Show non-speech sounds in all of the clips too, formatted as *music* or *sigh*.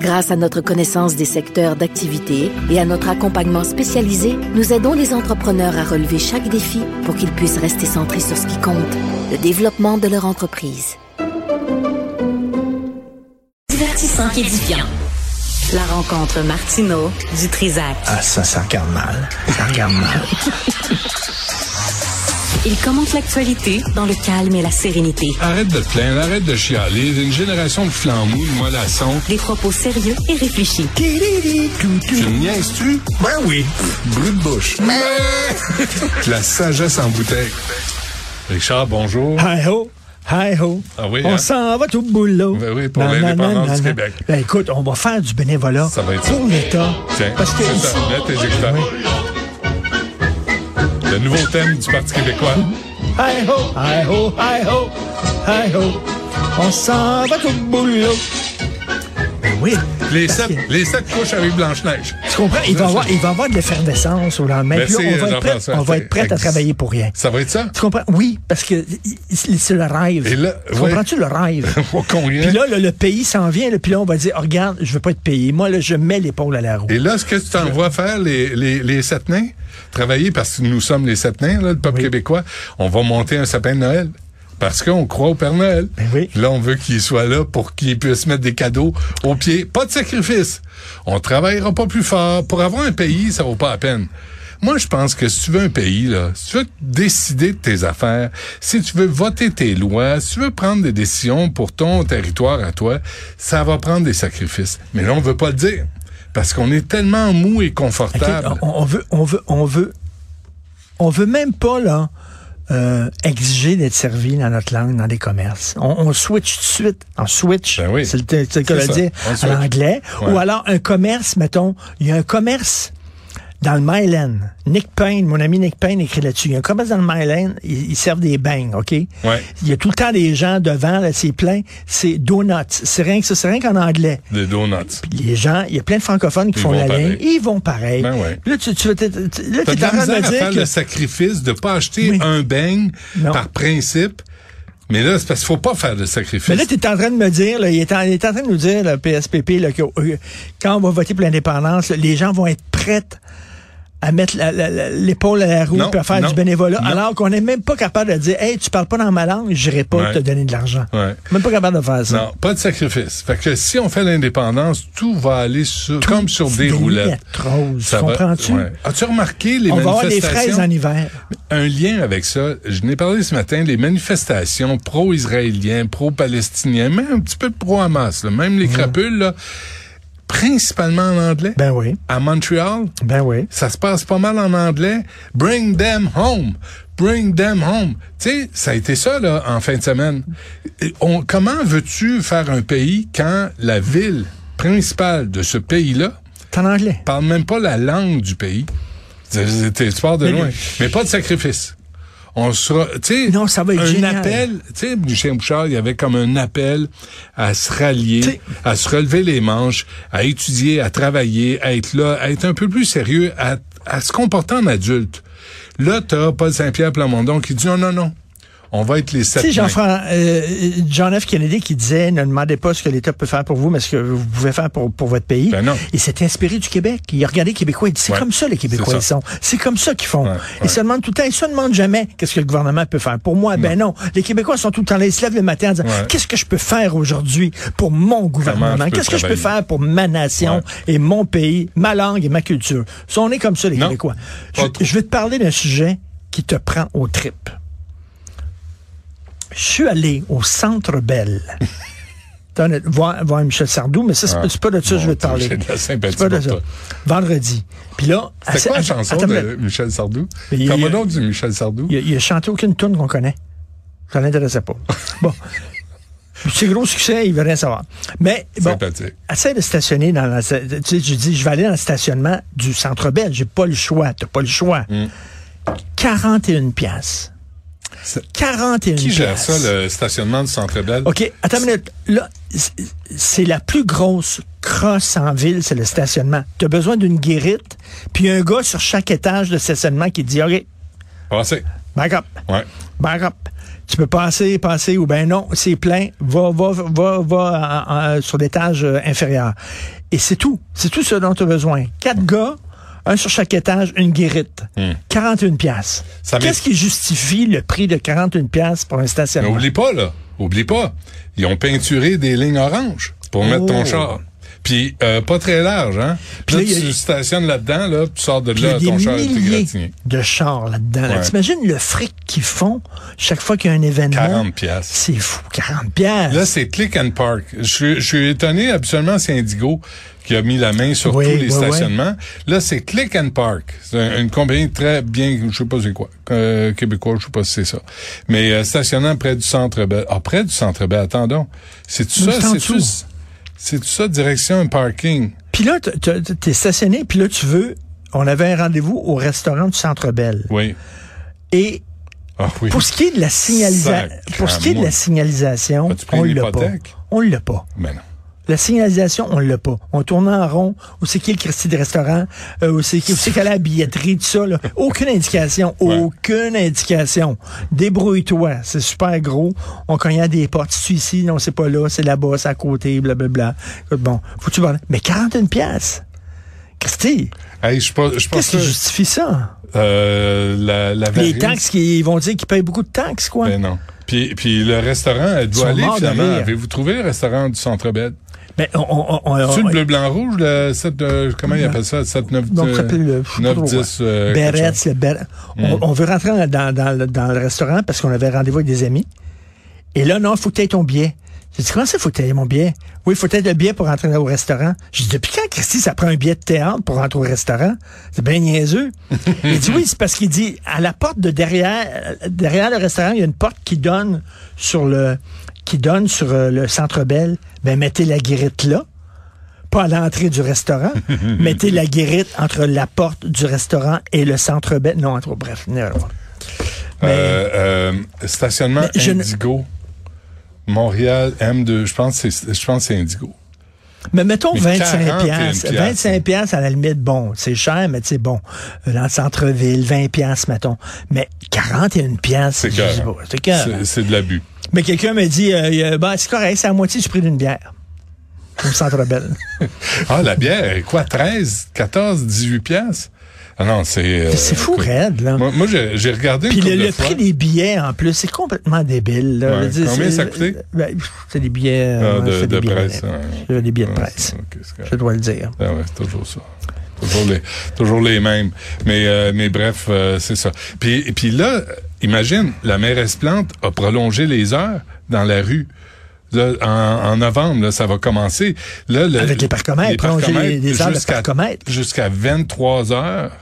Grâce à notre connaissance des secteurs d'activité et à notre accompagnement spécialisé, nous aidons les entrepreneurs à relever chaque défi pour qu'ils puissent rester centrés sur ce qui compte, le développement de leur entreprise. Divertissant et édifiant. La rencontre Martino du Trisac. Ah, ça, ça regarde mal. Ça regarde mal. Il commente l'actualité dans le calme et la sérénité. Arrête de te plaindre, arrête de chialer. Une génération de flambous, de mollassons. Des propos sérieux et réfléchis. Tu me niaises-tu? Ben oui. Brut de bouche. *laughs* La sagesse en bouteille. Richard, bonjour. Hi ho, hi ho. Ah oui, on hein? s'en va tout boulot. Ben oui, pour Nan, nan, l'indépendance nan, du nan. Québec. Ben écoute, on va faire du bénévolat Ça va être pour ça. l'État. Tiens, Parce que c'est ça. Mets tes écouteurs. Le nouveau thème du Parti québécois. hi ho, hi ho, hi ho, hi ho. On s'en va tout boulot. Ben oui. Les parce sept, que- les sept couches avec Blanche-Neige. Tu comprends? Il va y avoir, il va y avoir de l'effervescence au lendemain. Merci, Puis là, on va être prête, Jean-François. on va être prête à travailler pour rien. Ça va être ça? *laughs* Tu comprends? Oui, parce que i- i- c'est le rêve. Et là, Tu ouais. comprends-tu *laughs* le rêve? Faut qu'on y Puis aille. là, le, le pays s'en vient, là, puis là, on va dire, oh, regarde, je veux pas être payé. Moi, là, je mets l'épaule à la roue. Et là, ce que tu t'envoies faire, les, les, les sept nains, travailler parce que nous sommes les sept nains, là, le peuple Oui. québécois, on va monter un sapin de Noël. Parce qu'on croit au Père Noël. Ben oui. Là, on veut qu'il soit là pour qu'il puisse mettre des cadeaux aux pieds. Pas de sacrifice. On travaillera pas plus fort. Pour avoir un pays, ça vaut pas la peine. Moi, je pense que si tu veux un pays, là, si tu veux décider de tes affaires, si tu veux voter tes lois, si tu veux prendre des décisions pour ton territoire à toi, ça va prendre des sacrifices. Mais là, on veut pas le dire. Parce qu'on est tellement mou et OK, confortable. on, on veut, on veut, on veut, on veut même pas là euh, exiger d'être servi dans notre langue, dans les commerces. On, on switch tout de suite, on switch. Ben oui. C'est le, te- c'est le cas C'est de le ça, dire on en switch. anglais. Ouais. Ou alors un commerce, mettons, il y a un commerce. Dans le Myland, Nick Payne, mon ami Nick Payne écrit là-dessus. Il y a un commerce dans le Myland, ils, ils servent des bangs, OK? Il y a tout le temps des gens devant, là, c'est plein, c'est donuts. C'est rien que ça, c'est rien qu'en anglais Des donuts. les gens, il y a plein de francophones qui Ils font vont la pareil. ligne, ils vont pareil. Ben ouais. Là, tu, tu, t'es, là, T'as t'es de en la train de misère me à faire dire que... le sacrifice de pas acheter Oui. un beigne Non. par principe. Mais là, c'est parce qu'il faut pas faire de sacrifice. Mais là, t'es en train de me dire, là, il, est en, il est en train de nous dire, le PSPP, là, que euh, quand on va voter pour l'indépendance, là, les gens vont être prêts à mettre la- la- la- l'épaule à la roue Non, et à faire non, du bénévolat, non. alors qu'on n'est même pas capable de dire, hey, tu parles pas dans ma langue, j'irai pas Ouais. te donner de l'argent. Ouais. Même pas capable de faire ça. Non, pas de sacrifice. Fait que si on fait l'indépendance, tout va aller sur, comme sur des roulettes. Rose, Ça va- comprends-tu? ouais. As-tu remarqué les On va avoir des manifestations? fraises en hiver. Un lien avec ça, je n'ai parlé ce matin, les manifestations pro-israéliens, pro-palestiniens, même un petit peu de pro-Hamas, là, même les crapules, là, principalement en anglais. Ben oui, à Montréal, ben oui. ça se passe pas mal en anglais. Bring them home. Bring them home. Tu sais, ça a été ça, là, en fin de semaine. Et on- comment veux-tu faire un pays quand la ville principale de ce pays-là T'es en anglais. parle même pas la langue du pays? C'est- c'est- T'es tu pars de Mais loin. le- Mais pas de sacrifice. On sera, tu sais, Non, ça va être un génial. appel, tu sais, Michel Bouchard, il y avait comme un appel à se rallier, Tu sais- à se relever les manches, à étudier, à travailler, à être là, à être un peu plus sérieux, à, à se comporter en adulte. Là, t'as Paul Saint-Pierre Plamondon qui dit non, non, non, on va être les sept. Tu sais, nains. Jean-Fran- euh, John F. Kennedy qui disait ne demandez pas ce que l'État peut faire pour vous, mais ce que vous pouvez faire pour, pour votre pays. Ben non. Il s'est inspiré du Québec. Il a regardé les Québécois. Il dit c'est Ouais. comme ça, les Québécois, C'est ils ça. sont. C'est comme ça qu'ils font. Ouais, ouais. Ils se demandent tout le temps. Ils se demandent jamais qu'est-ce que le gouvernement peut faire. Pour moi, ben non. Les Québécois sont tout le temps là. Ils se lèvent le matin en disant Ouais. qu'est-ce que je peux faire aujourd'hui pour mon je gouvernement peux Qu'est-ce que je peux travailler? faire pour ma nation Ouais. et mon pays, ma langue et ma culture Ça, On est comme ça, les Non. Québécois. Pas Je, trop. je vais te parler d'un sujet qui te prend aux tripes. Je suis allé au *laughs* Centre Belle. T'en es- voir, voir Michel Sardou, mais ça, c'est Ah, pas- c'est pas de ça que je veux te mon Dieu, parler. j'ai de la sympathie C'est pas de pour ça. toi. Vendredi. Puis là, à- C'était quoi à- la chanson attends, de Michel Sardou? Mais il- Comment donc du Michel Sardou? *laughs* il, a- il a chanté aucune tune qu'on connaît. Ça l'intéressait pas. bon. C'est gros succès, il veut rien savoir. Mais bon, Sympathique. essaie de stationner dans la... Tu sais, je dis, je vais aller dans le stationnement du Centre Bell. J'ai pas le choix. T'as pas le choix. Hmm. 41 piastres. C'est- 41 Qui gère ça, piastres. le stationnement du Centre Bell? OK, attends une minute. Là, c- c'est la plus grosse crosse en ville, c'est le stationnement. T'as besoin d'une guérite, puis un gars sur chaque étage de stationnement qui dit, OK, Passez. back up, Ouais. back up. Tu peux passer, passer, ou ben non, c'est plein, va, va, va, va en- en- sur l'étage euh, inférieur. Et c'est tout. C'est tout ce dont tu as besoin. Quatre gars, un sur chaque étage, une guérite. 41 piastres. Hmm. Ça m'est- Qu'est-ce qui justifie le prix de 41 piastres pour un Mais stationnement? oublie pas, là. Oublie pas. Ils ont peinturé des lignes oranges pour mettre ton char. Puis, euh, pas très large, hein? Oh. Puis là, là, il y a- tu stationnes là-dedans, là, puis tu sors de Puis là, il y a ton des char est milliers égratigné. de chars là-dedans. là. Ouais. T'imagines le fric qu'ils font chaque fois qu'il y a un événement? 40 piastres. C'est fou, 40 piastres. Là, c'est Click and Park. Je, suis- je suis étonné, habituellement, c'est Indigo qui a mis la main sur Oui, tous les oui, stationnements. Là, c'est Click and Park. C'est un- une compagnie très bien, je sais pas c'est quoi, euh, québécois, je sais pas si c'est ça. Mais euh, stationnant près du Centre Bell. Ah, près du Centre Bell, attendons. C'est-tu Non, ça? c'est en C'est-tu dessous. c'est-tu ça, direction un parking? Puis là, t- t- t'es stationné, puis là, tu veux... On avait un rendez-vous au restaurant du Centre Bell. Oui. Et Ah oui. pour ce qui est de la, signalisa- Sacrément. pour ce qui est de la signalisation, As-tu pris on une l'a pas. hypothèque? On l'a pas. Ben non. La signalisation, on l'a pas. On tourne en rond. Où c'est qui le Christie de restaurant? Euh, où c'est qui- où c'est qu'elle a la billetterie, tout ça? là. Aucune indication. Ouais. Aucune indication. Débrouille-toi. C'est super gros. On cognait à des portes. C'est ici, non, c'est pas là, c'est là-bas, c'est à côté, blablabla. Écoute, bon, faut-tu parler? Mais 41 pièces. Christy, Hey, je suis pas, je suis pas qu'est-ce sûr. qui justifie ça? Euh, la, la Les variété. taxes, qui- ils vont dire qu'ils payent beaucoup de taxes, quoi. Ben non. Puis, puis le restaurant, elle sont doit aller morts de finalement. rire. Avez-vous trouvé le restaurant du Centre Bell? Mais Ben, on, on- on- on- C'est on- le bleu, blanc, rouge, le 7, euh, comment il appelle ça? 7, 9, Donc, 10, ça s'appelle le- je sais pas 9, euh, trop, 10, ouais. euh, quelque Berets, chose. Mm. le Berets. On, on veut rentrer dans, dans- dans le, dans le restaurant parce qu'on avait rendez-vous avec des amis. Et là, non, faut que tu aies ton billet. J'ai dit, comment ça, faut que tu aies mon billet? Oui, faut être le billet pour rentrer au restaurant. J'ai dit, depuis quand, Christy, ça prend un billet de théâtre pour rentrer au restaurant? C'est *laughs* bien niaiseux. il dit, oui, c'est parce qu'il dit, à la porte de derrière, euh, derrière le restaurant, il y a une porte qui donne sur le, qui donne sur euh, le centre Bell. Ben, mettez la guérite là pas à l'entrée *laughs* du restaurant, mettez la guérite entre la porte du restaurant et le centre bête. Non, entre, bref, never mind. Euh, euh, stationnement Mais je ne- Indigo. Montréal M2, je pense que c'est je pense que c'est Indigo. Mais mettons Mais 25 41 piastres. piastres. 25 piastres, à la limite, bon, c'est cher, mais c'est bon. Euh, Dans le centre-ville, 20 piastres, mettons. Mais 41 piastres, C'est je cœur. sais pas, c'est cœur. C'est- C'est de l'abus. Mais quelqu'un me dit, euh, il y a- ben, c'est correct, c'est à moitié du prix d'une bière. Au centre *laughs* belle. Ah, la bière, quoi, 13, 14, 18 piastres? Ah non, c'est... euh, C'est fou, écoute, raide, là. Moi, moi, j'ai j'ai regardé une Puis le, couple le de fois. prix des billets, en plus, c'est complètement débile. Là. Ouais, Je veux dire, combien c'est- ça a coûté? Ben, pff, c'est des billets... Ah, euh, de, c'est des de billets- presse. hein. c'est des billets de Ah, presse. c'est- ok, c'est correct. Je dois le dire. Ah ouais, c'est toujours ça. Toujours les, toujours les mêmes. Mais, euh, mais bref, euh, c'est ça. Puis, et puis là, imagine, la mairesse Plante a prolongé les heures dans la rue. Là, en, en novembre, là, ça va commencer. Là, le- Avec les parcomètres, prolonger les- les heures de jusqu'à- parcomètres. Jusqu'à 23 heures.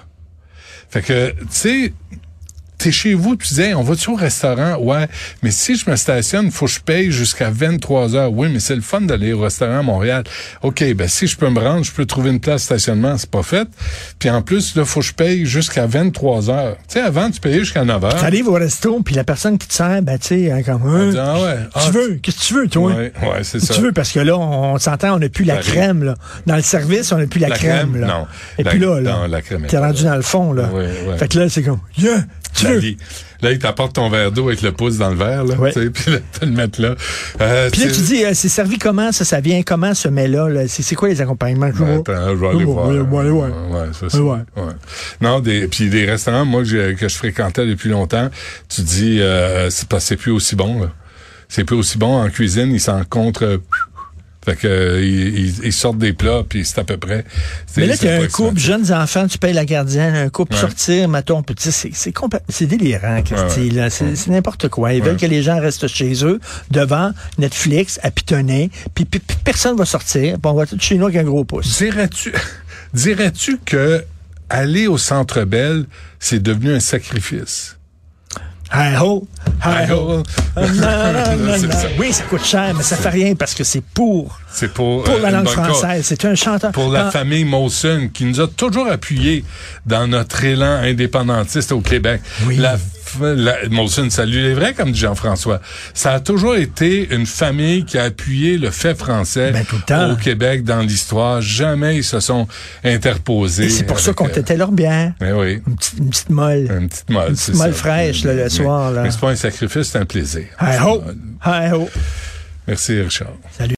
Fait que, tu sais, t'es chez vous, tu disais, on va-tu au restaurant? Ouais. Mais si je me stationne, faut que je paye jusqu'à 23 heures. Oui, mais c'est le fun d'aller au restaurant à Montréal. OK, ben, si je peux me rendre, je peux trouver une place de stationnement. C'est pas fait. Puis en plus, là, faut que je paye jusqu'à 23 heures. Tu sais, avant, tu payais jusqu'à 9 heures. T'arrives au resto, puis la personne qui te sert, ben, tu sais, hein, comme, hein, dit, ah ouais, ah, tu veux, qu'est-ce que tu veux, toi? Ouais, ouais, c'est Qu'est-ce ça. que tu veux, parce que là, on, on s'entend, on n'a plus la T'arrives. crème, là. Dans le service, on n'a plus la, La crème, crème, là. non. Et La- puis là, là, non, la crème est t'es pas rendu là. dans le fond, là. Ouais, ouais. Fait que là, c'est comme, yeah, tu La veux. vie. Là, il t'apporte ton verre d'eau avec le pouce dans le verre, là. Ouais. tu sais, *laughs* Puis là, tu le mettre là. Euh, Puis là, sais- tu dis, euh, c'est servi comment, ça, ça vient comment, ce mets-là, là? C'est c'est quoi les accompagnements? Je Ben, vois. attends, je vais Je aller vois, voir. euh, ouais, ouais, ouais. Ouais, c'est ça. Ouais, ouais. Ouais. Non, des, puis des restaurants, moi, que, j'ai- que je fréquentais depuis longtemps, tu dis, euh, c'est parce que c'est plus aussi bon, là. C'est plus aussi bon en cuisine, ils s'en contre... euh, Fait que, euh, ils, ils- ils sortent des plats, puis c'est à peu près... c'est- Mais là, c'est t'as pas un couple, jeunes enfants, tu payes la gardienne, un couple Ouais. sortir, mettons, puis tu sais, c'est c'est compl- c'est délirant, Christy, Ouais, ouais. là. C'est c'est n'importe quoi. Ils veulent que les gens restent chez eux, devant Netflix, à pitonner, puis puis- puis personne va sortir, puis on va tout chez nous avec un gros pouce. Dirais-tu, *laughs* dirais-tu que aller au Centre Bell, c'est devenu un sacrifice? Hi-ho, hi-ho. *laughs* Hi-ho. oh. Ah, *laughs* C'est ça. Oui, ça coûte cher, mais ça fait rien parce que c'est pour, C'est pour, pour euh, la une langue bonne cause. française. C'est un chanteur. Pour la Ah, famille Molson, qui nous a toujours appuyés dans notre élan indépendantiste au Québec. Oui. La, f- la- Molson, salut les vrais, comme dit Jean-François. Ça a toujours été une famille qui a appuyé le fait français Ben, tout le temps. au Québec dans l'histoire. Jamais ils se sont interposés. et c'est pour ça avec, qu'on euh, tétait leur bière. ben oui. Une petite, une petite molle. Une petite molle, Une c'est petite molle ça. fraîche, là, le Mais- soir, là. Mais c'est pas un sacrifice, c'est un plaisir. Hi-ho, hi-ho. Merci, Richard.